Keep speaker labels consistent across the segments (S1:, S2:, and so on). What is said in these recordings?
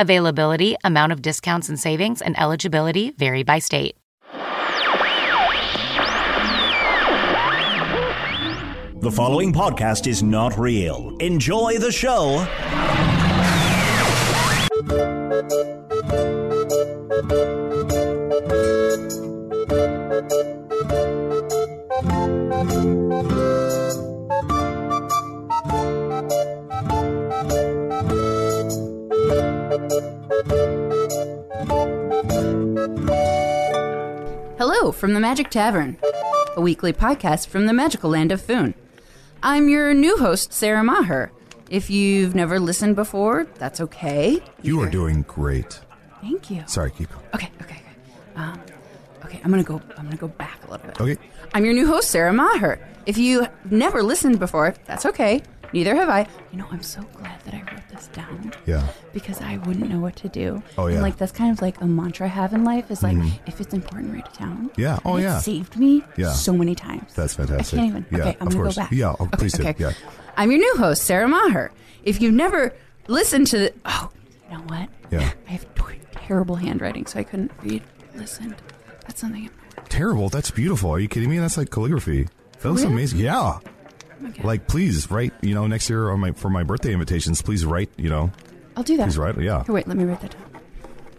S1: Availability, amount of discounts and savings, and eligibility vary by state.
S2: The following podcast is not real. Enjoy the show.
S3: Hello from the Magic Tavern, a weekly podcast from the magical land of Foon. I'm your new host, Sarah Maher. If you've never listened before, that's okay.
S4: You are doing great.
S3: Thank you.
S4: Sorry, keep going.
S3: Okay, okay, okay. Um, okay, I'm gonna go. I'm gonna go back a little bit.
S4: Okay.
S3: I'm your new host, Sarah Maher. If you've never listened before, that's okay. Neither have I. You know, I'm so glad that I wrote this down.
S4: Yeah.
S3: Because I wouldn't know what to do.
S4: Oh,
S3: And
S4: yeah. Mm-hmm.
S3: like that's kind of like a mantra I have in life is like if it's important, write it down.
S4: Yeah. Oh,
S3: And
S4: yeah.
S3: It saved me.
S4: Yeah.
S3: So many times.
S4: That's fantastic.
S3: I can't even.
S4: Yeah,
S3: okay, I'm
S4: of
S3: gonna
S4: course.
S3: go back.
S4: Yeah, oh,
S3: Okay,
S4: please do.
S3: okay.
S4: Yeah.
S3: I'm your new host, Sarah Maher. If you've never listened to the, oh, you know what?
S4: Yeah.
S3: I have t- terrible handwriting, so I couldn't read. Listened. That's something. I'm
S4: Terrible. That's beautiful. Are you kidding me? That's like calligraphy. That looks
S3: real?
S4: amazing. Yeah.
S3: Okay.
S4: Like, please write. You know, next year on my for my birthday invitations, please write. You know,
S3: I'll do that.
S4: please write. Yeah.
S3: Here, wait, let me write that down.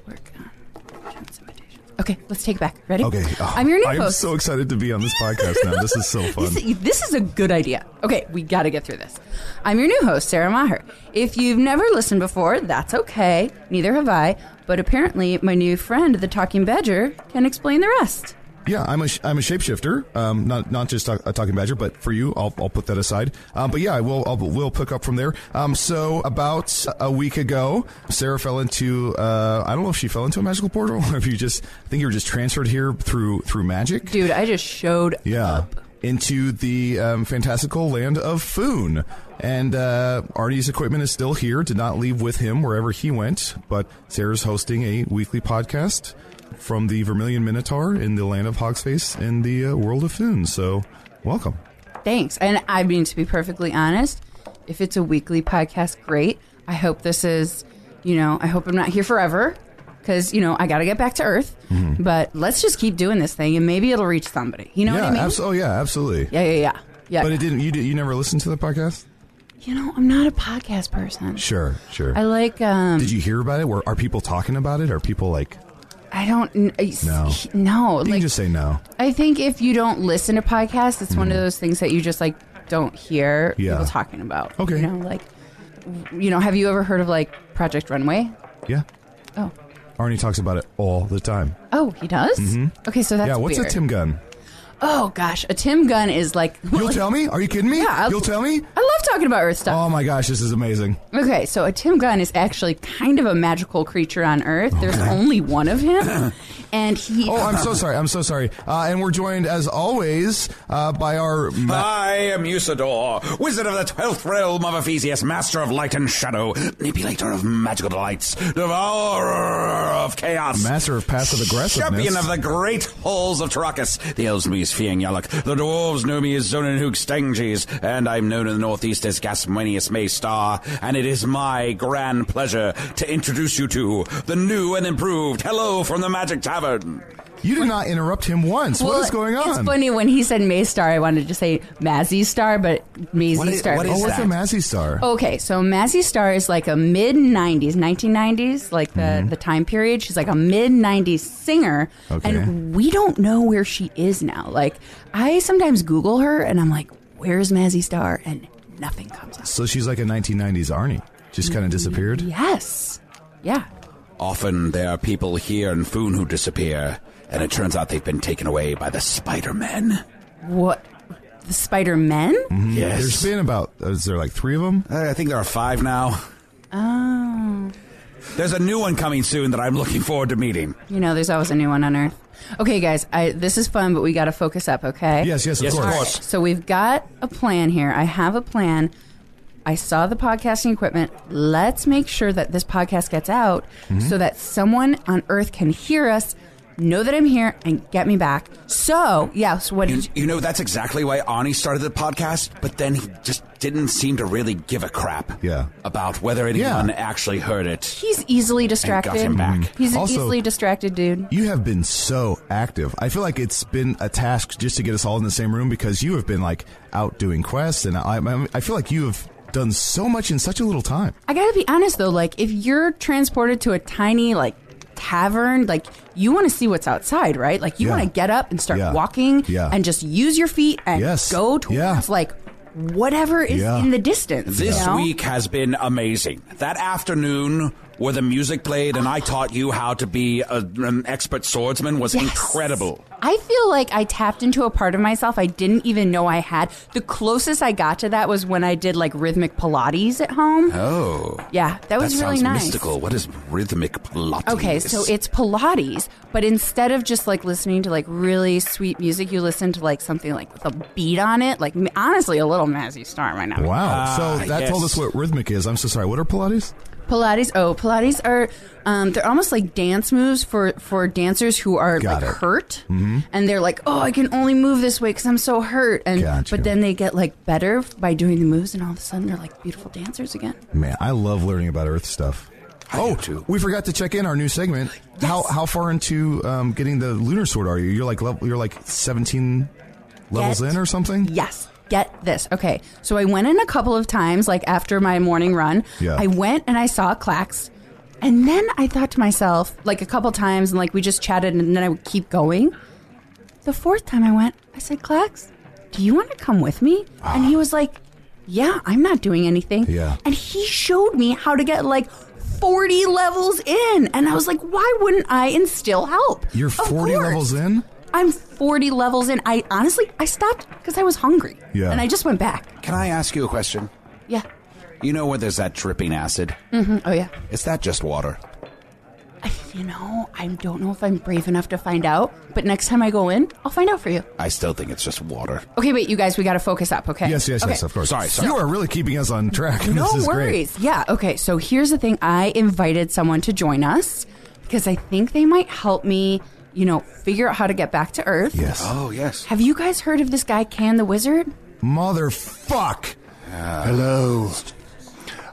S3: Work on John's invitations. Okay, let's take it back. Ready?
S4: Okay. Oh,
S3: I'm your new
S4: I am
S3: host.
S4: so excited to be on this podcast now. This is so fun.
S3: This, this is a good idea. Okay, we got to get through this. I'm your new host, Sarah Maher. If you've never listened before, that's okay. Neither have I. But apparently, my new friend, the Talking Badger, can explain the rest.
S4: Yeah, I'm a sh- I'm a shapeshifter. Um, not not just a, a talking badger, but for you, I'll, I'll put that aside. Um, but yeah, I will I'll, we'll pick up from there. Um, so about a week ago, Sarah fell into uh, I don't know if she fell into a magical portal or if you just I think you were just transferred here through through magic.
S3: Dude, I just showed
S4: Yeah. Into the um, fantastical land of Foon. And uh, Artie's equipment is still here, did not leave with him wherever he went. But Sarah's hosting a weekly podcast from the Vermilion Minotaur in the land of Hogsface in the uh, world of Foon. So, welcome.
S3: Thanks. And I mean, to be perfectly honest, if it's a weekly podcast, great. I hope this is, you know, I hope I'm not here forever because, you know, I got to get back to Earth.
S4: Mm-hmm.
S3: But let's just keep doing this thing and maybe it'll reach somebody. You know
S4: yeah,
S3: what I mean?
S4: abso- oh, yeah, absolutely.
S3: Yeah, yeah, yeah. Yeah.
S4: But it didn't. You did, you never listened to the podcast?
S3: you know, I'm not a podcast person.
S4: Sure, sure.
S3: I like, um,
S4: did you hear about it? Were, are people talking about it? Are people like?
S3: I don't, n- I s-
S4: No.
S3: no,
S4: You
S3: like,
S4: can just say no.
S3: I think if you don't listen to podcasts, it's one of those things that you just like don't hear
S4: Mm-hmm. Yeah.
S3: people talking about.
S4: Okay.
S3: You know, like, you know, have you ever heard of like Project Runway?
S4: Yeah,
S3: Oh,
S4: Arnie talks about it all the time.
S3: Oh, he does. Okay, so that's
S4: Mm-hmm. yeah, what's
S3: weird.
S4: a Tim Gunn?
S3: Oh gosh, a Tim Gun is like.
S4: You'll tell me? Are you kidding me?
S3: Yeah, I'll-
S4: You'll tell me?
S3: I love talking about Earth stuff.
S4: Oh my gosh, this is amazing.
S3: okay, so a Tim Gun is actually kind of a magical creature on Earth. There's only one of him, and he.
S4: Oh, I'm so sorry. I'm so sorry. Uh, and we're joined, as always, uh, by our. Ma-
S5: I am Usador, wizard of the twelfth realm of Ephesius, master of light and shadow, manipulator of magical delights, devourer of chaos,
S4: Master of passive aggressiveness.
S5: champion of the great halls of Tarakas. The elves know me as Fiang Yalak, the dwarves know me as Zonenhook Stanges, and I'm known in the northeast as Gasmenius Maystar. And it is my grand pleasure to introduce you to the new and improved Hello from the Magic Tavern.
S4: you did not interrupt him once.
S3: Well,
S4: what is going on?
S3: It's funny when he said Maystar, I wanted to say Mazzy Star, but Mazy
S5: What is-
S3: Star.
S5: what
S4: Oh,
S5: is
S4: what's
S5: that?
S4: a Mazzy star?
S3: Okay, so Mazzy Star is like a mid 90s, 1990s, like the, the time period. She's like a mid 90s singer.
S4: Okay.
S3: And we don't know where she is now. Like, I sometimes Google her and I'm like, where's Mazzy Star? And nothing comes up.
S4: So she's like a 1990s Arnie. Just kind of disappeared.
S3: Yes. Yeah.
S5: Often there are people here in Foon who disappear, and it turns out they've been taken away by the Spider Men.
S3: What? The Spider Men?
S5: Mm-hmm.
S4: Mm, There's been about, uh, is there like three of them?
S5: Uh, I think there are five now.
S3: Oh.
S5: There's a new one coming soon that I'm looking forward to meeting.
S3: You know, there's always a new one on Earth. Okay, guys, I, this is fun, but we got to focus up, okay?
S4: Yes, yes, of
S5: Yes, of
S4: course.
S5: course.
S3: So we've got a plan here. I have a plan. I saw the podcasting equipment. Let's make sure that this podcast gets out
S5: Mm-hmm.
S3: so that someone on Earth can hear us, know that I'm here, and get me back. So, yes, what
S5: You,
S3: did you,
S5: you know, that's exactly why Arnie started the podcast, but then he just didn't seem to really give a crap
S4: Yeah.
S5: about whether anyone
S4: Yeah.
S5: actually heard it.
S3: he's easily distracted.
S5: him back.
S3: He's an
S4: Also-
S3: easily distracted dude.
S4: You have been so active. I feel like it's been a task just to get us all in the same room because you have been like out doing quests, and I, I, I feel like you have done so much in such a little time.
S3: I gotta be honest though, like if you're transported to a tiny like tavern, like you want to see what's outside, right? Like you
S4: Yeah.
S3: want to get up and start
S4: Yeah.
S3: walking
S4: Yeah.
S3: and just use your feet and
S4: Yes.
S3: go towards
S4: Yeah.
S3: like whatever is
S4: Yeah.
S3: in the distance.
S5: This
S3: you know?
S5: week has been amazing. That afternoon where the music played and I taught you how to be a, an expert swordsman was
S3: Yes.
S5: incredible.
S3: I feel like I tapped into a part of myself I didn't even know I had. The closest I got to that was when I did like rhythmic Pilates at home.
S5: Oh.
S3: yeah, that was
S5: that
S3: really
S5: sounds
S3: nice.
S5: mystical. What is rhythmic Pilates?
S3: Okay, so it's Pilates, but instead of just like listening to like really sweet music, you listen to like something like with a beat on it. Like m- honestly, a little Mazzy Star right now.
S4: Wow.
S5: Ah,
S4: so that
S5: yes.
S4: told us what rhythmic is. I'm so sorry. What are Pilates?
S3: Pilates. Oh, Pilates are um, they're almost like dance moves for for dancers who are like
S4: Got it. Mm-hmm.
S3: hurt, and they're like, oh, I can only move this way because I'm so hurt. And
S4: Gotcha.
S3: but then they get like better by doing the moves, and all of a sudden they're like beautiful dancers again.
S4: Man, I love learning about Earth stuff.
S5: oh, too.
S4: We forgot to check in our new segment. How how far into um, getting the lunar sword are you? You're like level, you're like 17 levels
S3: Get-
S4: in or something.
S3: Yes. Get this. Okay. So I went in a couple of times, like after my morning run.
S4: Yeah.
S3: I went and I saw Clax. And then I thought to myself, like a couple times, and like we just chatted, and then I would keep going. The fourth time I went, I said, Clax, do you want to come with me? And he was like, Yeah, I'm not doing anything.
S4: Ah. Yeah.
S3: And he showed me how to get like 40 levels in. And I was like, Why wouldn't I and still help?
S4: You're
S3: Of
S4: 40
S3: course.
S4: levels in.
S3: I'm 40 levels in. I honestly, I stopped because I was hungry.
S4: Yeah.
S3: And I just went back.
S5: Can I ask you a question?
S3: Yeah.
S5: You know where there's that dripping acid?
S3: Mm, Oh, yeah.
S5: Is that just water?
S3: I, you know, I don't know if I'm brave enough to find out, but next time I go in, I'll find out for you.
S5: I still think it's just water.
S3: Okay, wait, you guys, we got to focus up, okay?
S4: Yes, yes,
S3: Okay.
S4: yes. Of course.
S5: Sorry, sorry.
S4: You are really keeping us on track.
S3: No
S4: this is
S3: worries. Yeah. Okay. So here's the thing I invited someone to join us because I think they might help me, you know, figure out how to get back to Earth.
S4: Great. Yes.
S5: Oh, yes.
S3: Have you guys heard of this guy, Can the Wizard?
S4: Motherfuck.
S6: Hello.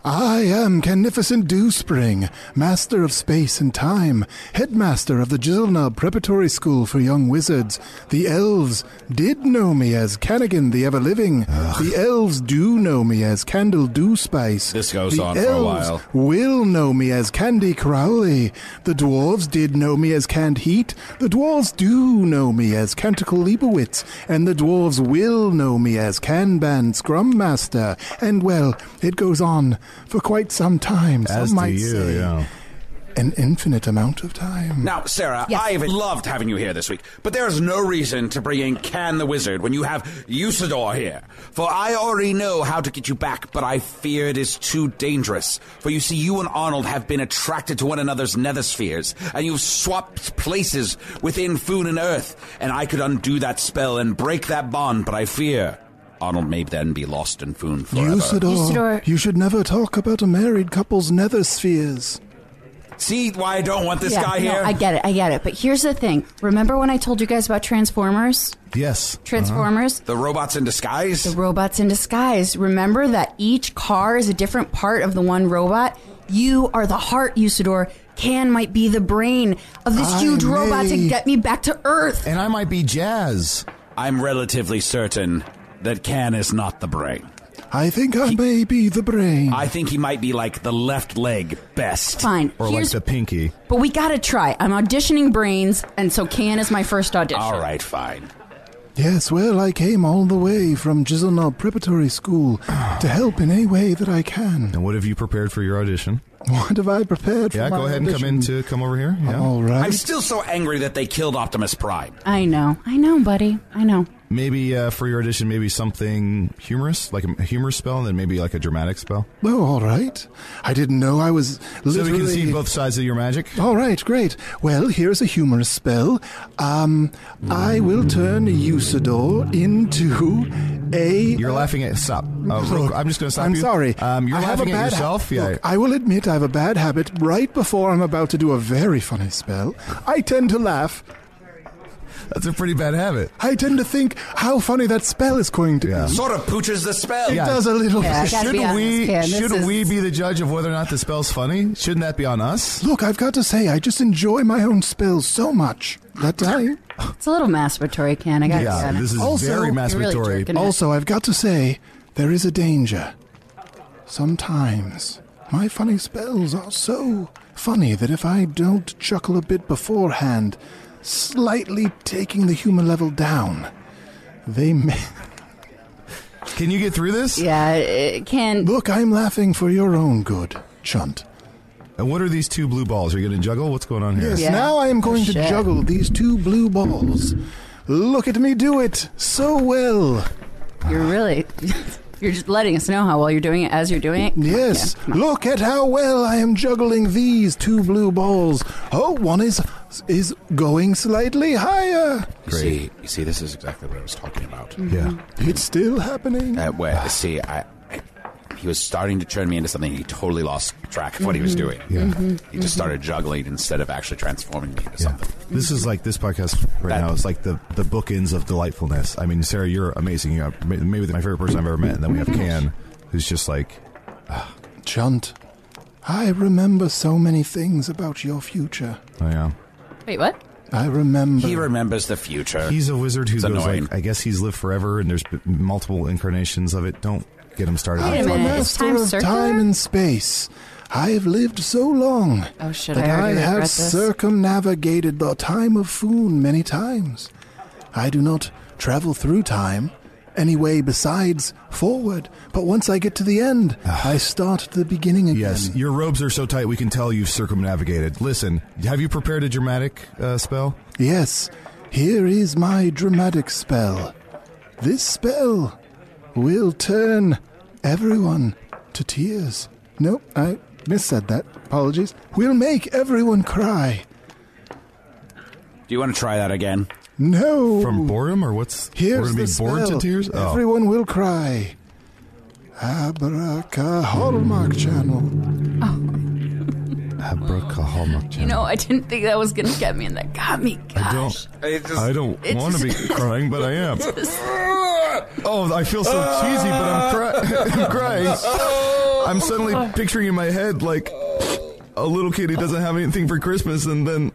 S6: I am Canificent Dewspring, Master of Space and Time, Headmaster of the Gilna Preparatory School for Young Wizards. The elves did know me as Canigan the Ever Living. The elves do know me as Candle Dewspice.
S5: This goes
S6: the
S5: on for a
S6: elves
S5: while.
S6: Will know me as Candy Crowley. The dwarves did know me as Canned Heat. The dwarves do know me as Canticle Leibowitz. And the dwarves will know me as Kanban Scrum Master. And well, it goes on for quite some time.
S4: As
S6: some
S4: do
S6: might
S4: you.
S6: say.
S4: Yeah.
S6: an infinite amount of time.
S5: Now, Sarah,
S3: Yes.
S5: I've loved having you here this week, but there's no reason to bring in Can the Wizard when you have Usador here. For I already know how to get you back, but I fear it is too dangerous. For you see, you and Arnold have been attracted to one another's nether spheres, and you've swapped places within Foon and Earth, and I could undo that spell and break that bond, but I fear Arnold may then be lost in Foon forever.
S6: Usador,
S3: Usador.
S6: you should never talk about a married couple's nether spheres.
S5: see why I don't want this
S3: Yeah,
S5: guy
S3: no,
S5: here?
S3: I get it. I get it. But here's the thing. Remember when I told you guys about Transformers?
S4: Yes.
S3: Transformers.
S5: the robots in disguise?
S3: The robots in disguise. Remember that each car is a different part of the one robot. You are the heart, Usador. Can might be the brain of this
S4: I
S3: huge robot to
S4: may-
S3: get me back to Earth.
S4: And I might be Jazz.
S5: I'm relatively certain that Can is not the brain.
S6: I think I may be the brain.
S5: I think he might be like the left leg best.
S3: Fine.
S4: Or
S3: Here's,
S4: like the pinky.
S3: but we gotta try. I'm auditioning brains, and so Can is my first audition.
S5: All right, fine.
S6: Yes, well, I came all the way from Gizelnov Preparatory School to help in any way that I can.
S4: And what have you prepared for your audition?
S6: What have I prepared for
S4: Yeah,
S6: my
S4: go ahead and come in
S6: audition?
S4: to come over here. Yeah.
S6: All right.
S5: I'm still so angry that they killed Optimus Prime.
S3: I know. I know, buddy. I know.
S4: Maybe uh, for your audition, maybe something humorous, like a humorous spell, and then maybe like a dramatic spell.
S6: Oh, all right. I didn't know I was
S4: So
S6: literally.
S4: we can see both sides of your magic.
S6: All right, great. Well, here's a humorous spell. Um, I will turn Usador into a.
S4: You're laughing at stop. Uh, real- I'm just going to stop
S6: I'm
S4: you.
S6: sorry.
S4: Um, you're
S6: I have a
S4: laughing
S6: bad
S4: at yourself.
S6: ha-
S4: yeah.
S6: Look, I will admit I have a bad habit. Right before I'm about to do a very funny spell, I tend to laugh.
S4: that's a pretty bad habit.
S6: I tend to think how funny that spell is going to
S4: Yeah.
S6: be.
S5: Sort of pooches the spell.
S6: It does a little
S3: Yeah, I
S6: bit.
S3: gotta
S4: Should
S3: be honest,
S4: we
S3: Ken, this
S4: should
S3: is-
S4: we be the judge of whether or not the spell's funny? Shouldn't that be on us?
S6: Look, I've got to say, I just enjoy my own spells so much that I.
S3: It's a little masturbatory, Can. I gotta be
S4: Yeah,
S3: honest.
S4: this is
S6: Also,
S4: very
S3: you're really
S4: masturbatory.
S3: jerking it.
S6: Also, I've got to say, there is a danger. Sometimes my funny spells are so funny that if I don't chuckle a bit beforehand, slightly taking the humor level down, they may.
S4: Can you get through this?
S3: Yeah, it can.
S6: Look, I'm laughing for your own good, Chunt.
S4: And what are these two blue balls? Are you going to juggle? What's going on here?
S6: Yes,
S3: Yeah.
S6: now I am going to
S3: shit.
S6: juggle these two blue balls. Look at me do it so well.
S3: You're really. You're just letting us know how well you're doing it as you're doing it.
S6: Yes, look at how well I am juggling these two blue balls. Oh, one is is going slightly higher.
S5: You see, you see, this is exactly what I was talking about.
S4: Yeah.
S6: It's still happening.
S5: Uh, where, see, I, I, he was starting to turn me into something. He totally lost track of what he was
S4: Mm-hmm.
S5: doing. Yeah. He just started juggling instead of actually transforming me into
S4: Yeah.
S5: something.
S4: This is like this podcast right
S5: That-
S4: now. It's like the, the bookends of delightfulness. I mean, Sarah, you're amazing. You're ma- maybe my favorite person I've ever met. And then we have Can, who's just like,
S6: Chunt, I remember so many things about your future.
S4: oh yeah,
S3: Wait, what?
S6: I remember.
S5: He remembers the future.
S4: he's a wizard who
S5: It's
S4: goes
S5: annoying.
S4: like, I guess he's lived forever, and there's b- multiple incarnations of it. Don't get him started.
S3: Wait a
S6: I'm a
S3: minute,
S6: master
S3: is time
S6: of
S3: circular?
S6: time and space. I have lived so long
S3: Oh, shit,
S6: that
S3: I
S6: I,
S3: already regret
S6: have
S3: this.
S6: circumnavigated the time of Foon many times. I do not travel through time any way besides forward, but once I get to the end, I start at the beginning again.
S4: Yes, your robes are so tight we can tell you've circumnavigated. Listen, have you prepared a dramatic uh, spell?
S6: Yes, here is my dramatic spell. This spell will turn everyone to tears. No, I missaid that. Apologies. Will make everyone cry.
S5: Do you want to try that again?
S6: No.
S4: From boredom, or what's
S6: Here's
S4: we're gonna
S6: the
S4: be bored to
S6: spell.
S4: tears? Oh.
S6: Everyone will cry. Abraca Hallmark Channel.
S4: Abracaholic.
S3: You know, I didn't think that was gonna get me, and that got me. Gosh.
S4: I don't.
S5: It just-
S4: I don't
S3: it
S4: want to be
S3: just-
S4: crying, but I am. oh, I feel so cheesy, but I'm, cry- I'm crying. I'm suddenly picturing in my head like a little kid who doesn't have anything for Christmas, and then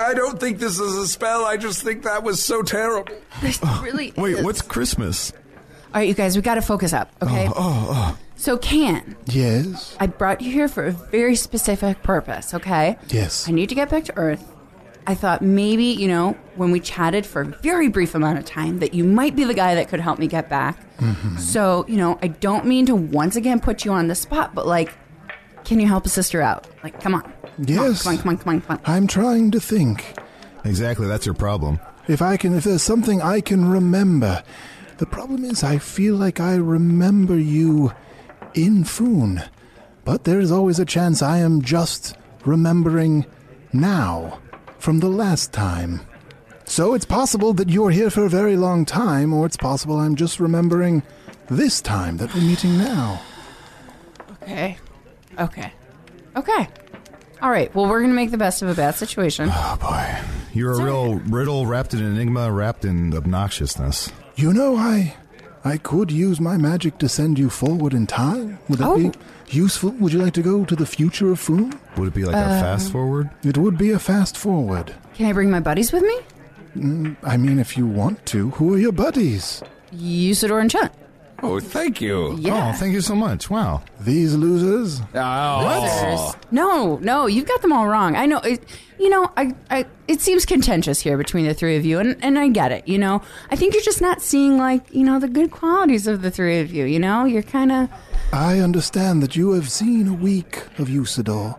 S5: I don't think this is a spell. I just think that was so terrible.
S3: This really.
S4: wait,
S3: is.
S4: what's Christmas?
S3: All right, you guys, we gotta focus up, okay? Oh, So, Can,
S6: Yes.
S3: I brought you here for a very specific purpose, okay?
S6: Yes.
S3: I need to get back to Earth. I thought maybe, you know, when we chatted for a very brief amount of time, that you might be the guy that could help me get back. So, you know, I don't mean to once again put you on the spot, but like, can you help a sister out? Like, come on.
S6: Yes.
S3: Clunk, clunk, clunk, clunk.
S6: I'm trying to think.
S4: Exactly, that's your problem.
S6: If I can, if there's something I can remember. The problem is, I feel like I remember you in Foon, but there is always a chance I am just remembering now from the last time. So it's possible that you're here for a very long time, or it's possible I'm just remembering this time that we're meeting now.
S3: Okay. Okay. Okay. All right. Well, we're going to make the best of a bad situation.
S4: Oh boy. You're a real riddle wrapped in enigma, wrapped in obnoxiousness.
S6: You know, I, I could use my magic to send you forward in time. Would that
S3: Oh.
S6: be useful? Would you like to go to the future of Foon?
S4: Would it be like
S3: Um,
S4: a fast forward?
S6: It would be a fast forward.
S3: Can I bring my buddies with me?
S6: I mean, if you want to, who are your buddies?
S3: Usador and Chunt.
S5: Oh, thank you.
S3: Yeah.
S4: Oh, thank you so much. Wow.
S6: These losers?
S5: Oh.
S3: Losers. No, no, you've got them all wrong. I know. It, you know, I, I, it seems contentious here between the three of you, and, and I get it. You know, I think you're just not seeing like you know the good qualities of the three of you. You know, you're kind of
S6: I understand that you have seen a week of Usador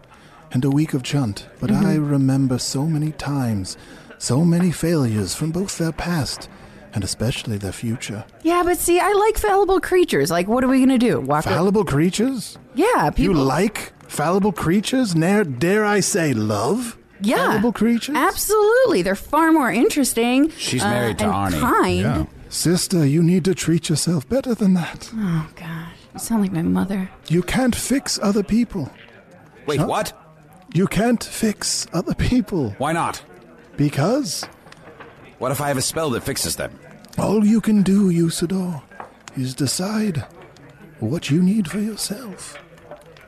S6: and a week of Chunt, but
S3: Mm-hmm.
S6: I remember so many times, so many failures from both their past and especially their future.
S3: yeah. But see, I like fallible creatures. Like, what are we gonna do? Walk? with-
S6: Fallible creatures?
S3: yeah, people.
S6: You like fallible creatures? Dare, dare I say, love?
S3: yeah,
S6: Fallible creatures?
S3: Absolutely, they're far more interesting. uh,
S5: She's married to
S3: and
S5: Arnie.
S3: Kind.
S4: Yeah.
S6: Sister, you need to treat yourself better than that.
S3: Oh gosh, you sound like my mother.
S6: You can't fix other people.
S5: Wait, what?
S6: You can't fix other people
S5: Why not?
S6: because
S5: What if I have a spell that fixes them?
S6: all you can do, Usador, is decide what you need for yourself.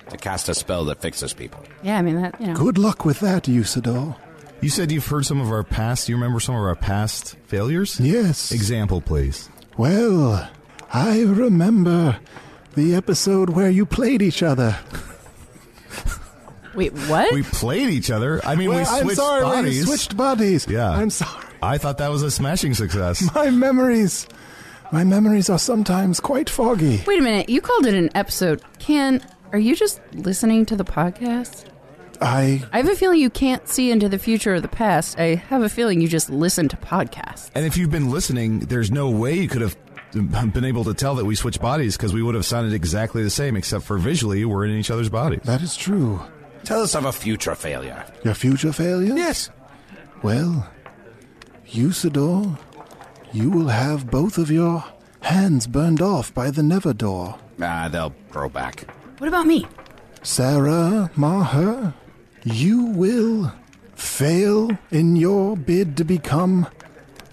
S5: To cast a spell that fixes people.
S3: Yeah, I mean that. You know.
S6: Good luck with that, Usador.
S4: You said you've heard some of our past. You remember some of our past failures?
S6: Yes.
S4: Example, please.
S6: Well, I remember the episode where you played each other.
S3: Wait, what?
S4: We played each other. I mean, we
S6: Eh. Well,
S4: switched
S6: I'm sorry, when
S4: bodies.
S6: you switched bodies.
S4: Yeah.
S6: I'm sorry.
S4: I thought that was a smashing success.
S6: My memories, my memories are sometimes quite foggy.
S3: Wait a minute. You called it an episode. Can are you just listening to the podcast?
S6: I
S3: I have a feeling you can't see into the future or the past. I have a feeling you just listen to podcasts.
S4: And if you've been listening, there's no way you could have been able to tell that we switched bodies because we would have sounded exactly the same, except for visually we're in each other's bodies.
S6: that is true.
S5: Tell us of a future failure.
S6: Your future failures?
S5: Yes.
S6: Well, Usador, you will have both of your hands burned off by the Neverdor.
S5: Ah, they'll grow back.
S3: What about me?
S6: Sarah Maher, you will fail in your bid to become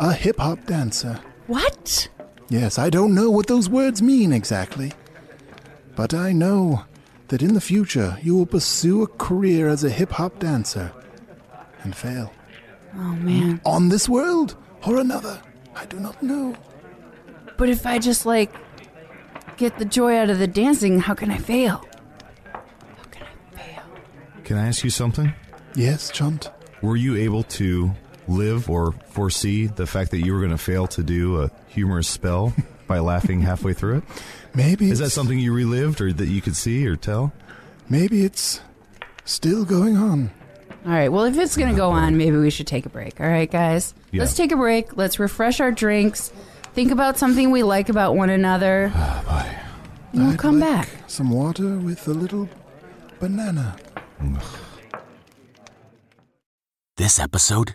S6: a hip hop dancer.
S3: What?
S6: Yes, I don't know what those words mean exactly, but I know that in the future you will pursue a career as a hip hop dancer and fail.
S3: Oh man.
S6: on this world or another. I do not know.
S3: But if I just like get the joy out of the dancing, how can I fail? How can I fail?
S4: Can I ask you something?
S6: Yes, Chunt.
S4: Were you able to live or foresee the fact that you were going to fail to do a humorous spell by laughing halfway through it?
S6: Maybe
S4: Is that
S6: it's-
S4: something you relived or that you could see or tell?
S6: Maybe it's still going on.
S3: All right. Well, if it's going to go on, maybe we should take a break. All right, guys.
S4: Yeah.
S3: Let's take a break. Let's refresh our drinks. Think about something we like about one another.
S5: Ah,
S3: And we'll
S6: I'd
S3: come
S6: like
S3: back.
S6: Some water with a little banana.
S7: This episode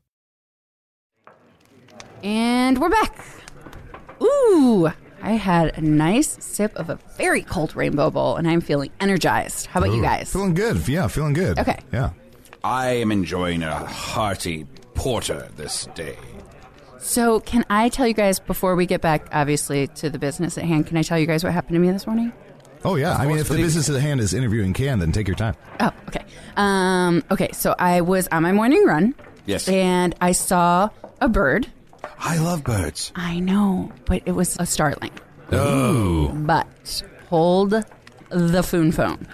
S3: And we're back. Ooh, I had a nice sip of a very cold rainbow bowl, and I'm feeling energized. How about you
S4: Ooh,
S3: guys?
S4: Feeling good. Yeah, feeling good.
S3: Okay.
S4: Yeah.
S5: I am enjoying a hearty porter this day.
S3: So, can I tell you guys before we get back, obviously, to the business at hand? Can I tell you guys what happened to me this morning?
S4: Oh, yeah. I mean,
S5: course,
S4: if the
S5: please.
S4: business at hand is interviewing can, then take your time.
S3: Oh, okay. Um, okay, so I was on my morning run.
S5: Yes.
S3: And I saw a bird.
S5: I love birds.
S3: I know, but it was a starling.
S8: Oh.
S3: But hold the foon phone.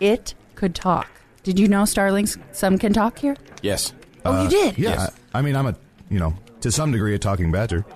S3: It could talk. Did you know starlings some can talk here?
S5: Yes.
S3: oh, you did.
S4: Uh, Yeah. I, I mean, I'm a, you know, to some degree a talking badger.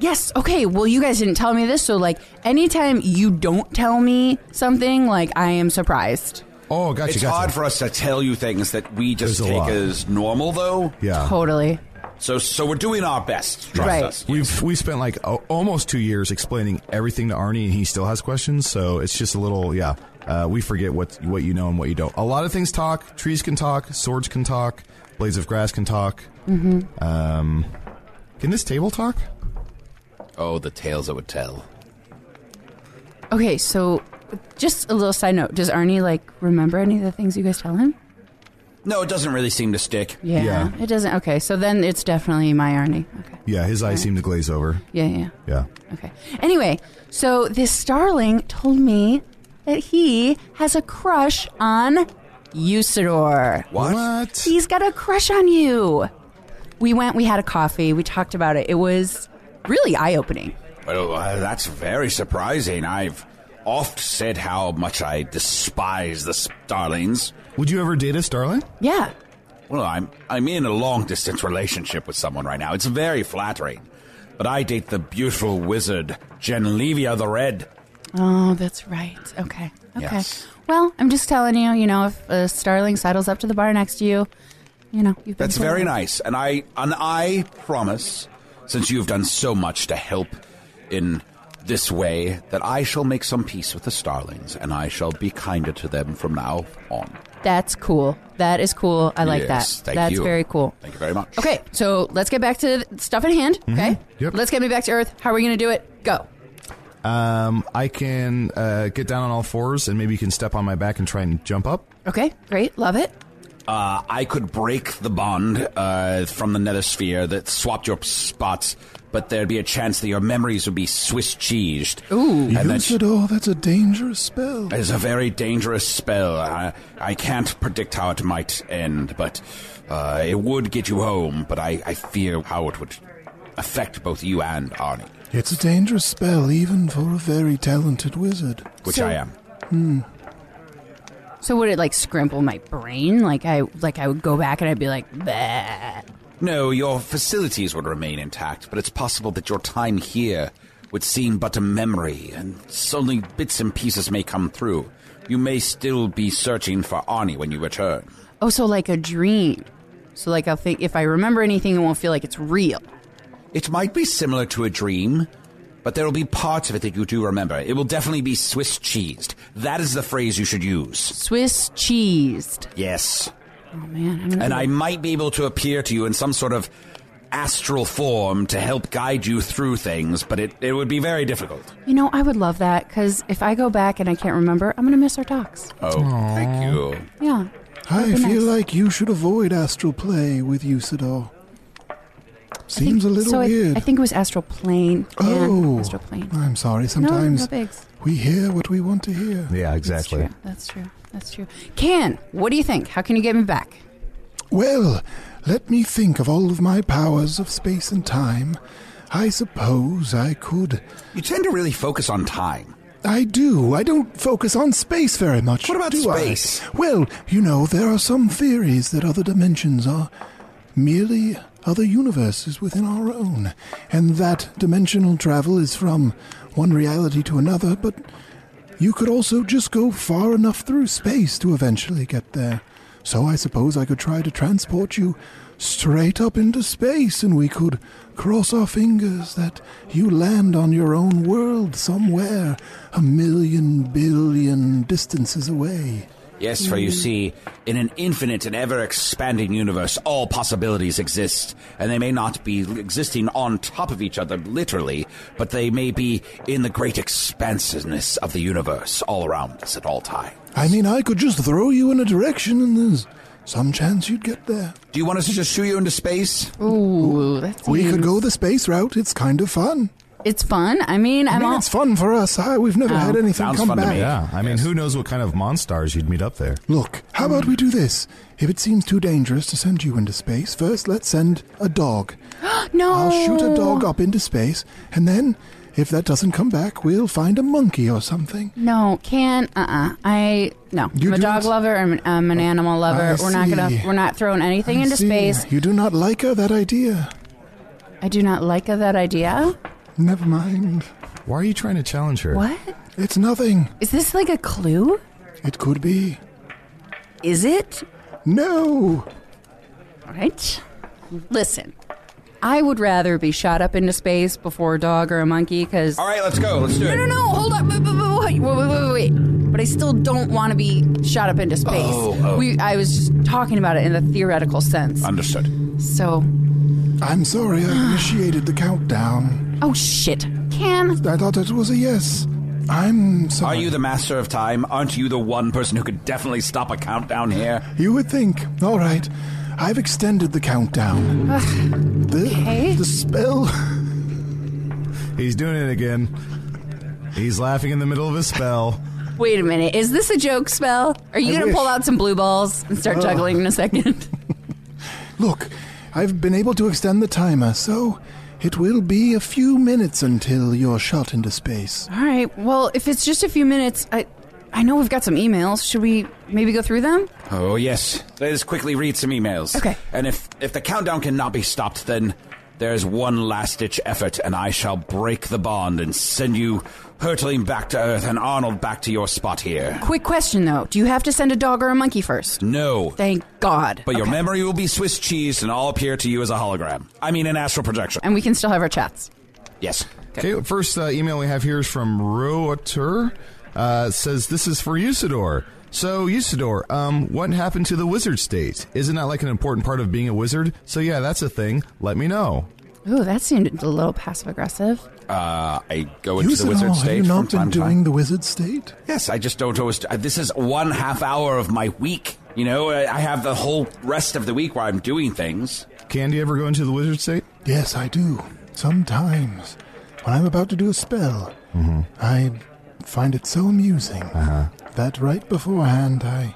S3: Yes. Okay. Well, you guys didn't tell me this, so like, anytime you don't tell me something, like I am surprised.
S4: Oh, gotcha.
S5: It's
S4: gotcha.
S5: hard for us to tell you things that we just
S4: There's a
S5: take
S4: lot.
S5: as normal, though.
S4: Yeah.
S3: Totally.
S5: So, so we're doing our best. Trust
S3: Right.
S5: us.
S4: We've we spent like a, almost two years explaining everything to Arnie, and he still has questions. So it's just a little, yeah. Uh, we forget what what you know and what you don't. A lot of things talk. Trees can talk. Swords can talk. Blades of grass can talk. Mm-hmm. Um, can this table talk?
S5: Oh, the tales it would tell.
S3: Okay. So, just a little side note. Does Arnie like remember any of the things you guys tell him?
S5: No, it doesn't really seem to stick.
S3: Yeah.
S4: Yeah.
S3: It doesn't. Okay. So then it's definitely my Arnie. Okay.
S4: Yeah, his eyes seem to glaze over.
S3: Yeah. Yeah.
S4: Yeah.
S3: Okay. Anyway, so this starling told me that he has a crush on Usador.
S4: What?
S3: He's got a crush on you. We went, we had a coffee, we talked about it. It was really eye opening.
S5: Well, uh, that's very surprising. I've oft said how much I despise the starlings.
S4: Would you ever date a starling?
S3: Yeah.
S5: Well, I'm I'm in a long distance relationship with someone right now. It's very flattering. But I date the beautiful wizard Genlevia the Red.
S3: Oh, that's right. Okay. Okay.
S5: Yes.
S3: Well, I'm just telling you, you know, if a starling settles up to the bar next to you, you know, you've been
S5: That's
S3: told.
S5: very nice. And I and I promise, since you've done so much to help in this way, that I shall make some peace with the starlings and I shall be kinder to them from now on.
S3: That's cool. That is cool. I like
S5: Yes,
S3: that.
S5: thank
S3: that's
S5: you.
S3: very cool.
S5: Thank you very much.
S3: Okay, so let's get back to the stuff at hand.
S6: Mm-hmm.
S3: Okay.
S4: Yep.
S3: Let's get me back to Earth. How are we going to do it? Go.
S4: Um, I can uh, get down on all fours, and maybe you can step on my back and try and jump up.
S3: Okay. Great. Love it.
S5: Uh, I could break the bond uh, from the nether sphere that swapped your spots, but there'd be a chance that your memories would be Swiss cheesed. Ooh, and that
S6: Usador, "Oh, that's a dangerous spell.
S5: is a very dangerous spell. I, I can't predict how it might end, but uh, it would get you home. But I, I fear how it would affect both you and Arnie,
S6: It's a dangerous spell, even for a very talented wizard.
S5: which
S3: So-
S5: I am.
S3: So would it like scrimple my brain? Like I like I would go back and I'd be like, bah.
S5: No, your facilities would remain intact, but it's possible that your time here would seem but a memory, and only bits and pieces may come through. You may still be searching for Arnie when you return.
S3: Oh, so like a dream. So like I'll think if I remember anything, it won't feel like it's real.
S5: It might be similar to a dream, but there will be parts of it that you do remember. It will definitely be Swiss cheesed. That is the phrase you should use.
S3: Swiss cheesed.
S5: Yes.
S3: Oh man, I'm gonna
S5: And I might be able to appear to you in some sort of astral form to help guide you through things, but it, it would be very difficult.
S3: You know, I would love that because if I go back and I can't remember, I'm gonna miss our talks.
S5: Oh, thank you.
S3: Yeah.
S6: I
S3: That'd be
S6: feel
S3: nice.
S6: like you should avoid astral play with Usador. Seems a little
S3: so I-
S6: weird.
S3: I, think it was astral plane. Yeah,
S6: oh,
S3: astral plane.
S6: I'm sorry.
S3: no
S6: Sometimes
S3: bigs.
S6: we hear what we want to hear.
S4: Yeah,
S3: That's true. That's true. That's true. Can, what do you think? How can you get me back?
S6: Well, let me think of all of my powers of space and time. I suppose I could.
S5: You tend to really focus on time.
S6: I do. I don't focus on space very much.
S5: What about
S6: do I?
S5: space?
S6: Well, you know, there are some theories that other dimensions are merely other universes within our own, and that dimensional travel is from one reality to another, but you could also just go far enough through space to eventually get there. So I suppose I could try to transport you straight up into space, and we could cross our fingers that you land on your own world somewhere a million billion distances away.
S5: Yes, for you see, in an infinite and ever expanding universe, all possibilities exist, and they may not be existing on top of each other literally, but they may be in the great expansiveness of the universe all around us at all times.
S6: I mean, I could just throw you in a direction, and there's some chance you'd get there.
S5: Do you want us to just shoot you into space?
S3: Ooh, that's
S6: We could
S3: mean.
S6: go the space route. It's kind of fun.
S3: It's fun. I mean,
S6: I
S3: I'm
S6: mean,
S3: all,
S6: it's fun for us. I, we've never
S3: Oh.
S6: had anything
S5: Sounds
S6: come
S5: fun to
S6: back.
S5: me.
S4: Yeah, I mean, who knows what kind of monsters you'd meet up there?
S6: Look, how about we do this? If it seems too dangerous to send you into space, first let's send a dog.
S3: no.
S6: I'll shoot a dog
S3: Oh.
S6: up into space, and then, if that doesn't come back, we'll find a monkey or something.
S3: No, can't. Uh, uh I no.
S6: You
S3: I'm a
S6: do
S3: dog
S6: it? Oh,
S3: lover. I'm, I'm an animal lover.
S6: I
S3: we're not gonna.
S6: see.
S3: We're not throwing anything
S6: I
S3: into
S6: see.
S3: space.
S6: You do not like uh, that idea.
S3: I do not like that idea.
S6: Never mind.
S4: Why are you trying to challenge her?
S3: What
S6: It's nothing.
S3: is this like a clue?
S6: It could be.
S3: Is it?
S6: No.
S3: All right. Listen, I would rather be shot up into space before a dog or a monkey because.
S5: All right, let's go. Let's do it.
S3: No, no, no! Hold up! Wait, wait, wait, wait, wait, wait, wait! But I still don't want to be shot up
S6: Oh,
S3: into space. We, I was just talking about it in the theoretical sense.
S5: Understood.
S3: so,
S6: I'm sorry. I initiated the countdown.
S3: oh shit, Cam.
S6: I thought it was a yes. I'm
S5: Are
S6: sorry.
S5: you the master of time? Aren't you the one person who could definitely stop a countdown here?
S6: You would think. All right. I've extended the countdown. the,
S3: okay.
S6: the spell.
S4: He's doing it again. He's laughing in the middle of his spell.
S3: Wait a minute. Is this a joke spell? Are you
S6: I
S3: gonna
S6: wish. Oh.
S3: pull out some blue balls and start juggling in a second?
S6: Look, I've been able to extend the timer, so it will be a few minutes until you're shot into space.
S3: All right. Well, if it's just a few minutes, I, I know we've got some emails. Should we maybe go through them?
S5: Oh yes. Let us quickly read some emails.
S3: Okay.
S5: And if if the countdown cannot be stopped, then there's one last ditch effort, and I shall break the bond and send you hurtling back to Earth and Arnold back to your spot here.
S3: Quick question though. Do you have to send a dog or a monkey first?
S5: No.
S3: Thank God.
S5: But your
S3: Okay.
S5: memory will be Swiss cheese and all appear to you as a hologram. I mean an astral projection.
S3: and we can still have our chats.
S5: Yes.
S4: Okay, first uh, email we have here is from Roater. Uh, it says this is for Usador. So Usador, um, what happened to the wizard state? Isn't that like an important part of being a wizard? So yeah, that's a thing. Let me know.
S3: Ooh, that seemed a little passive aggressive.
S5: Uh, I go into
S6: You "Oh,
S5: the wizard
S6: have you
S5: stage from
S6: not been
S5: time to time.
S6: doing the wizard state?
S5: Yes, I just don't always. uh, This is one half hour of my week. You know, I I have the whole rest of the week where I'm doing things.
S4: Can you ever go into the wizard state?
S6: Yes, I do. Sometimes, when I'm about to do a spell,
S4: Mm-hmm.
S6: I find it so amusing
S4: Uh-huh.
S6: that right beforehand I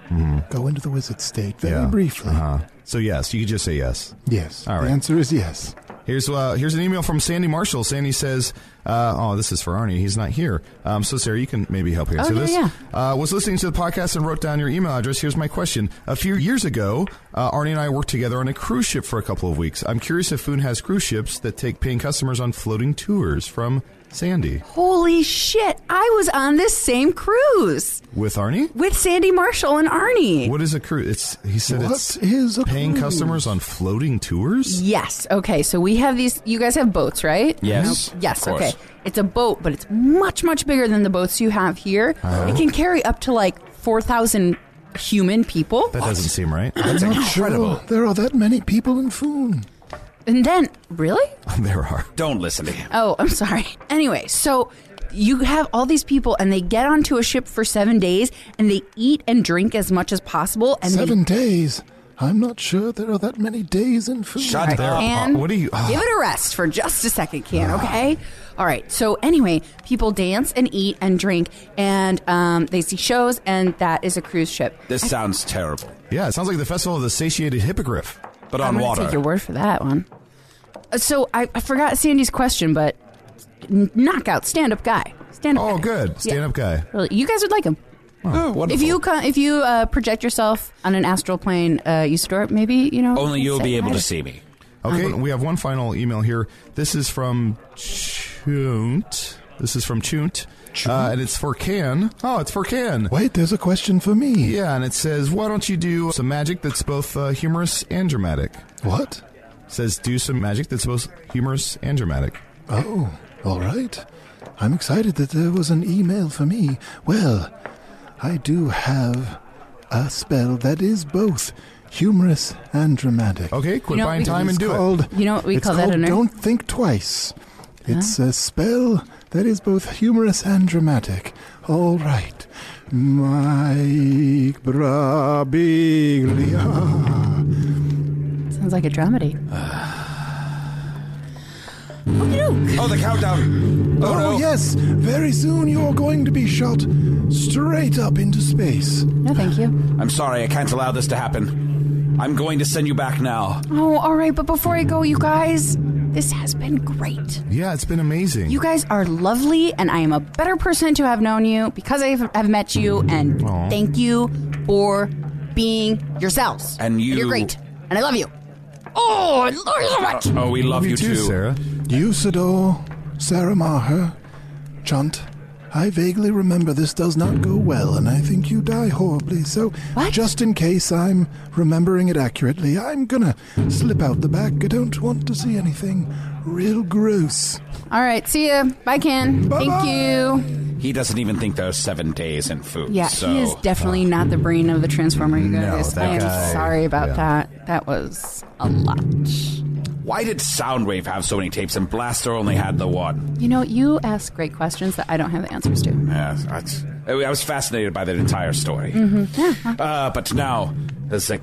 S6: go into the wizard state very
S4: Mm-hmm. Yeah.
S6: briefly.
S4: Uh, so yes, you could just say yes.
S6: Yes,
S4: All right.
S6: the answer is yes.
S4: Here's uh, here's an email from Sandy Marshall. Sandy says, uh, "Oh, this is for Arnie. He's not here. Um, so Sarah, you can maybe help answer
S3: Oh, yeah,
S4: this.
S3: yeah.
S4: Uh, was listening to the podcast and wrote down your email address. Here's my question. A few years ago, uh, Arnie and I worked together on a cruise ship for a couple of weeks. I'm curious if Foon has cruise ships that take paying customers on floating tours from Sandy
S3: Holy shit! I was on this same cruise
S4: with Arnie.
S3: with Sandy Marshall and Arnie.
S4: What is a cruise? It's he said
S6: What
S4: it's
S6: is a
S4: paying
S6: cruise?
S4: customers on floating tours.
S3: Yes. Okay. So we have these. You guys have boats, right?
S5: Yes.
S3: Nope. Yes.
S5: Of course.
S3: Okay. It's a boat, but it's much much bigger than the boats you have here. It can carry up to like four thousand human people.
S4: That doesn't seem right.
S6: I'm not
S5: incredible.
S6: sure there are that many people in Foon.
S3: And then, really?
S4: there are.
S5: Don't listen to him.
S3: Oh, I'm sorry. Anyway, so you have all these people, and they get onto a ship for seven days, and they eat and drink as much as possible, and
S6: Seven
S3: they
S6: days. I'm not sure there are that many days in food.
S5: Shut
S3: All right,
S5: up.
S3: Can,
S4: What do you-
S3: give it a rest for just a second, Can? Okay. All right. So anyway, people dance and eat and drink, and um, they see shows, and that is a cruise ship.
S5: This sounds terrible.
S4: Yeah, it sounds like the festival of the satiated hippogriff.
S5: But
S3: I'm
S5: on
S3: gonna
S5: water.
S3: Take your word for that one. Uh, So I, I forgot Sandy's question, but n- knockout stand-up guy, stand-up.
S4: Oh,
S3: guy.
S4: good stand-up guy.
S3: Really, You guys would like him.
S5: Oh,
S3: If
S5: wonderful.
S3: you co- if you uh, project yourself on an astral plane, uh, you store maybe you know.
S5: Only
S3: I'd
S5: you'll
S3: say
S5: be able
S3: hi.
S5: to see me.
S4: Okay, we have one final email here. This is from Chunt. This is from Chunt. Uh, and it's for Can. Oh, it's for Can.
S6: Wait, there's a question for me.
S4: Yeah, and it says, why don't you do some magic that's both uh, humorous and dramatic?
S6: What?
S4: says, do some magic that's both humorous and dramatic.
S6: Oh, all right. I'm excited that there was an email for me. Well, I do have a spell that is both humorous and dramatic.
S4: Okay, quit
S3: You know,
S4: buying
S3: we-
S4: time and
S6: It's
S4: do it.
S6: called,
S3: You know what we
S6: it's
S3: call that
S6: called
S3: in our-
S6: Don't think twice. It's a spell that is both humorous and dramatic. All right. Mike Brabiglia.
S3: Sounds like a dramedy.
S5: Oh, the countdown. Oh,
S6: Oh,
S5: no.
S6: yes. Very soon you are going to be shot straight up into space.
S3: No, thank you.
S5: I'm sorry, I can't allow this to happen. I'm going to send you back now.
S3: Oh, all right. But before I go, you guys, this has been great.
S4: Yeah, it's been amazing.
S3: You guys are lovely, and I am a better person to have known you because I have have met you. And
S4: Aw.
S3: thank you for being yourselves.
S5: And you-
S3: are great, and I love you. Oh, I love you so much.
S5: Oh, we love
S4: Me
S5: you,
S4: too, Sarah.
S6: Usador, Sarah Maher, Chunt. I vaguely remember this does not go well, and I think you die horribly. So,
S3: What?
S6: just in case I'm remembering it accurately, I'm gonna slip out the back. I don't want to see anything real gross.
S3: All right, see ya. Bye, Ken. Thank you.
S5: He doesn't even think there's seven days in food.
S3: Yeah,
S5: so.
S3: he is definitely not the brain of the transformer. You guys,
S4: that
S3: I am
S4: guy-
S3: sorry about
S4: yeah.
S3: that. That was a lot.
S5: Why did Soundwave have so many tapes and Blaster only had the one?
S3: You know, you ask great questions that I don't have the answers to.
S5: Yeah, that's- I was fascinated by that entire story. Uh, but now, as the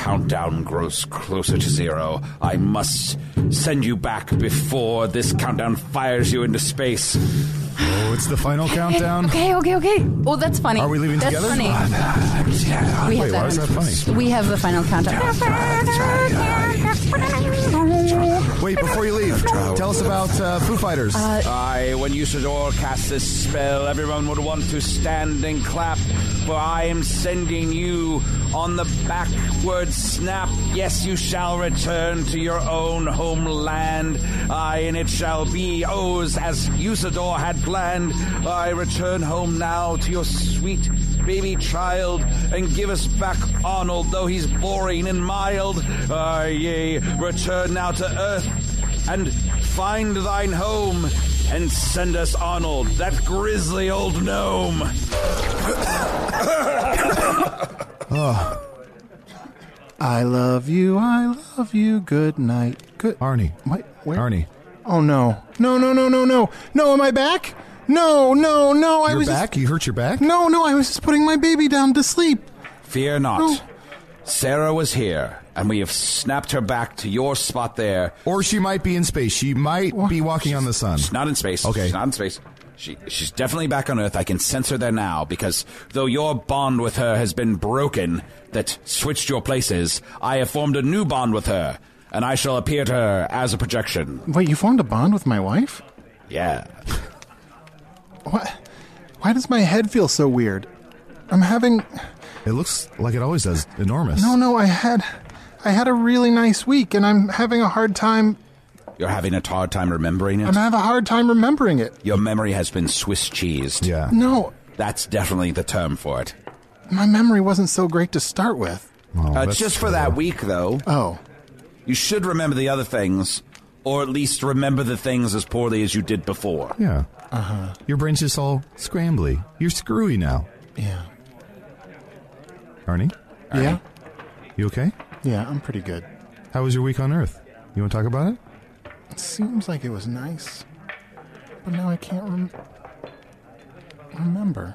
S5: countdown grows closer to zero, I must send you back before this countdown fires you into space.
S4: Oh, it's the final countdown.
S3: Okay, okay, okay. Oh, that's funny.
S4: Are we leaving
S3: that's
S4: together?
S3: Funny. We have
S4: Wait, why
S3: that
S4: is that
S3: on-
S4: funny?
S3: We have the final countdown.
S4: Wait, before you leave, tell us about uh, Foo Fighters.
S5: I, when Usador cast this spell, everyone would want to stand and clap, for I am sending you on the backward snap. Yes, you shall return to your own homeland. Aye, and it shall be O's as Usador had planned. I return home now to your sweet baby child and give us back Arnold, though he's boring and mild. Aye, yea, return now to Earth and find thine home and send us Arnold, that grisly old gnome.
S6: I love you, I love you, good night. Good.
S4: Arnie.
S6: Wait, where?
S4: Arnie.
S6: Oh, no. No, no, no, no, no. No, am I back? No, no, no, I
S4: Your
S6: was
S4: back?
S6: just.
S4: You hurt your back?
S6: No, no, I was just putting my baby down to sleep.
S5: Fear not.
S6: No.
S5: Sarah was here, and we have snapped her back to your spot there.
S4: Or she might be in space. She might be walking on the sun.
S5: She's not in space.
S4: Okay.
S5: She's not in space. She, she's definitely back on Earth. I can sense her there now because though your bond with her has been broken, that switched your places, I have formed a new bond with her, and I shall appear to her as a projection.
S6: Wait, you formed a bond with my wife?
S5: Yeah.
S6: What? Why does my head feel so weird? I'm having
S4: It looks like it always does. Enormous.
S6: no, no. I had, I had a really nice week, and I'm having a hard time.
S5: You're having a hard time remembering it?
S6: I'm having a hard time remembering it.
S5: Your memory has been Swiss cheesed.
S4: Yeah.
S6: No,
S5: That's definitely the term for it.
S6: my memory wasn't so great to start with.
S4: Well,
S5: Uh,
S4: Oh, that's-
S5: just for that week, though,
S6: Oh,
S5: you should remember the other things, or at least remember the things as poorly as you did before.
S4: Yeah. Uh
S6: Uh-huh.
S4: huh. Your brain's just all scrambly. You're screwy now.
S6: yeah,
S4: Arnie,
S6: yeah,
S4: you okay?
S6: yeah. I'm pretty good.
S4: How was your week on Earth? You want to talk about it?
S6: It seems like it was nice, but now I can't rem- remember.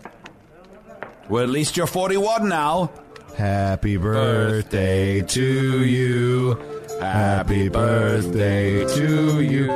S5: Well, at least you're 41 now.
S4: Happy birthday to you. Happy birthday to you.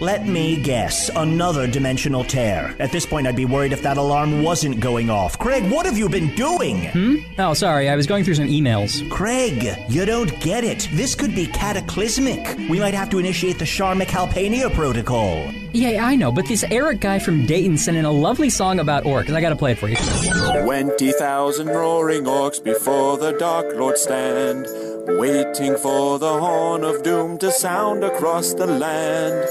S2: Let me guess. Another dimensional tear. At this point, I'd be worried if that alarm wasn't going off. Craig, what have you been doing?
S9: Oh, sorry, I was going through some emails.
S2: Craig, you don't get it. This could be cataclysmic. We might have to initiate the Sharmic Halpania protocol.
S9: Yeah, I know, but this Eric guy from Dayton sent in a lovely song about orcs. I gotta play it for you.
S10: Twenty thousand roaring orcs before the Dark Lord stand, waiting for the horn of doom to sound across the land.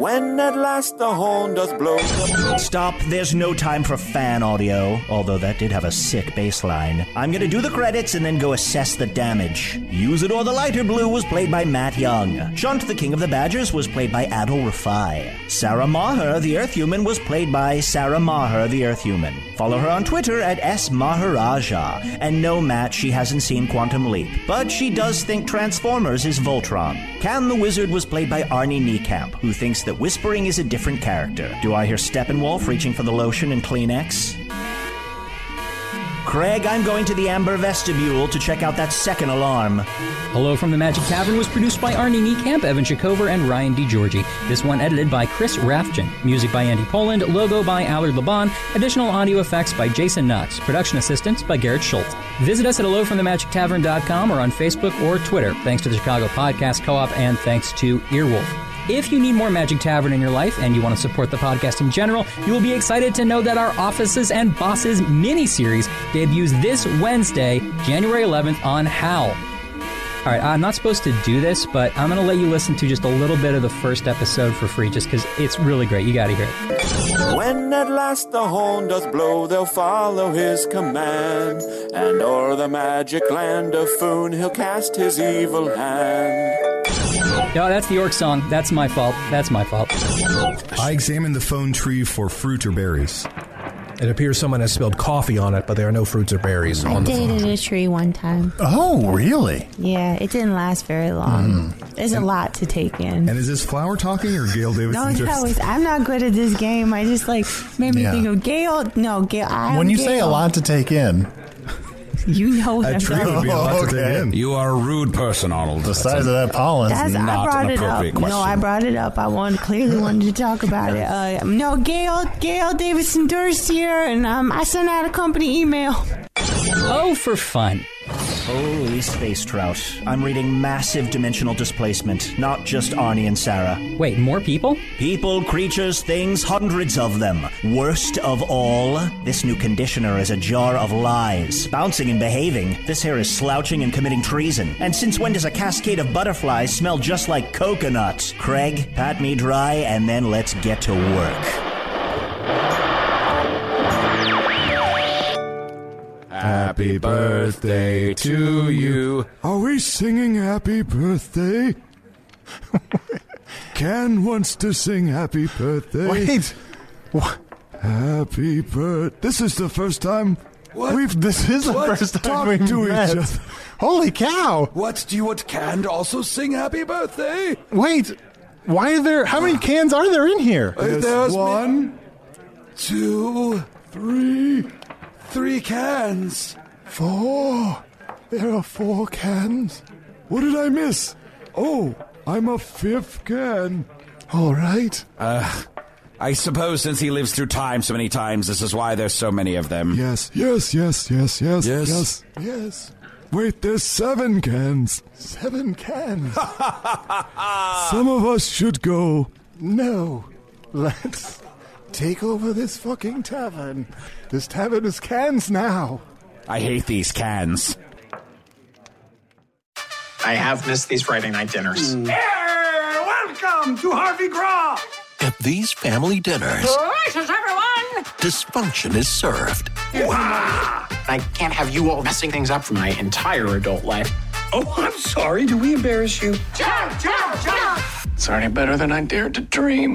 S10: When at last the horn doth blow, the
S2: Stop. There's no time for fan audio, although that did have a sick bass line. I'm going to do the credits and then go assess the damage. Use It or the Lighter Blue was played by Matt Young. Chunt, the King of the Badgers, was played by Adol Rafai. Sarah Maher, the Earth Human, was played by Sarah Maher, the Earth Human. Follow her on Twitter at S Maharaja. And no, Matt, she hasn't seen Quantum Leap, but she does think Transformers is Voltron. Can the Wizard was played by Arnie Niekamp, who thinks that Whispering is a different character. Do I hear Steppenwolf reaching for the lotion and Kleenex? Craig, I'm going to the Amber Vestibule to check out that second alarm.
S9: Hello from the Magic Tavern was produced by Arnie Niekamp, Evan Shakover, and Ryan DiGiorgi. This one edited by Chris Rafjan. Music by Andy Poland. Logo by Allard Laban. Additional audio effects by Jason Knox. Production assistance by Garrett Schultz. Visit us at hellofromthemagictavern.com or on Facebook or Twitter. Thanks to the Chicago Podcast Co-op and thanks to Earwolf. If you need more Magic Tavern in your life and you want to support the podcast in general, you will be excited to know that our Offices and Bosses miniseries debuts this Wednesday, January 11th on HAL. All right, I'm not supposed to do this, but I'm going to let you listen to just a little bit of the first episode for free just because it's really great. You got to hear it.
S10: when at last the horn doth blow, they'll follow his command, and o'er the magic land of Foon he'll cast his evil hand.
S9: No, that's the Orc song. That's my fault. That's my fault.
S4: I examined the phone tree for fruit or berries.
S11: It appears someone has spilled coffee on it, but there are no fruits or berries on the phone.
S12: dated a tree one time.
S6: Oh, really?
S12: Yeah, it didn't last very long. There's a lot to take in.
S4: And is this flower talking or Gail Davidson?
S12: No,
S4: just-
S12: that was. I'm not good at this game. I just like made me
S6: Yeah.
S12: think of Gail. No, Gail. I'm
S6: when you say a
S12: Gail.
S6: lot to take in,
S12: you know what
S4: a
S12: I'm
S4: tree
S12: talking
S4: would be a lot to
S6: Okay.
S4: take in.
S5: You are a rude person, Arnold.
S6: the size of that pollen.
S12: That's,
S5: not
S12: I brought
S5: an
S12: it up.
S5: appropriate question.
S12: No, I brought it up. I wanted, clearly wanted to talk about it. Uh, no, Gail, Gail Davidson Durst here, and um, I sent out a company email.
S9: Oh, for fun.
S2: Holy space trout. I'm reading massive dimensional displacement, not just Arnie and Sarah.
S9: Wait, more people?
S2: People, creatures, things, hundreds of them. Worst of all, this new conditioner is a jar of lies, bouncing and behaving. This hair is slouching and committing treason. And since when does a cascade of butterflies smell just like coconut? Craig, pat me dry, and then let's get to work.
S5: Happy birthday to you.
S6: Are we singing happy birthday? Can wants to sing happy birthday. Wait. What? Happy birthday. This is the first time
S5: What?
S6: we've this is the
S5: What?
S6: first time
S5: Talk
S6: we've
S5: to each
S6: met.
S5: other.
S6: Holy cow.
S5: What do you want Can to also sing happy birthday?
S6: Wait. Why are there how many cans are there in here?
S5: There's
S6: one.
S5: Two, three, three cans.
S6: Four. There are four cans. What did I miss? Oh, I'm a fifth can. All right.
S5: I suppose since he lives through time so many times, this is why there's so many of them.
S6: Yes, yes, yes, yes, yes,
S5: Yes.
S6: yes, yes. Wait, there's seven cans. Seven cans. Some of us should go. No, let's take over this fucking tavern. This tavern is cans now.
S5: I hate these cans.
S10: I have missed these Friday night dinners.
S5: welcome to Harvey Gras.
S10: At these family dinners,
S1: Gracious, everyone!
S10: dysfunction is served. I can't have you all messing things up for my entire adult life. Oh, I'm sorry. Do we embarrass you?
S1: Jump, jump, jump!
S10: It's already better than I dared to dream.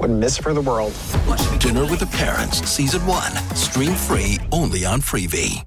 S13: would miss for the world.
S14: Dinner with the Parents, Season 1, stream free only on Freevee.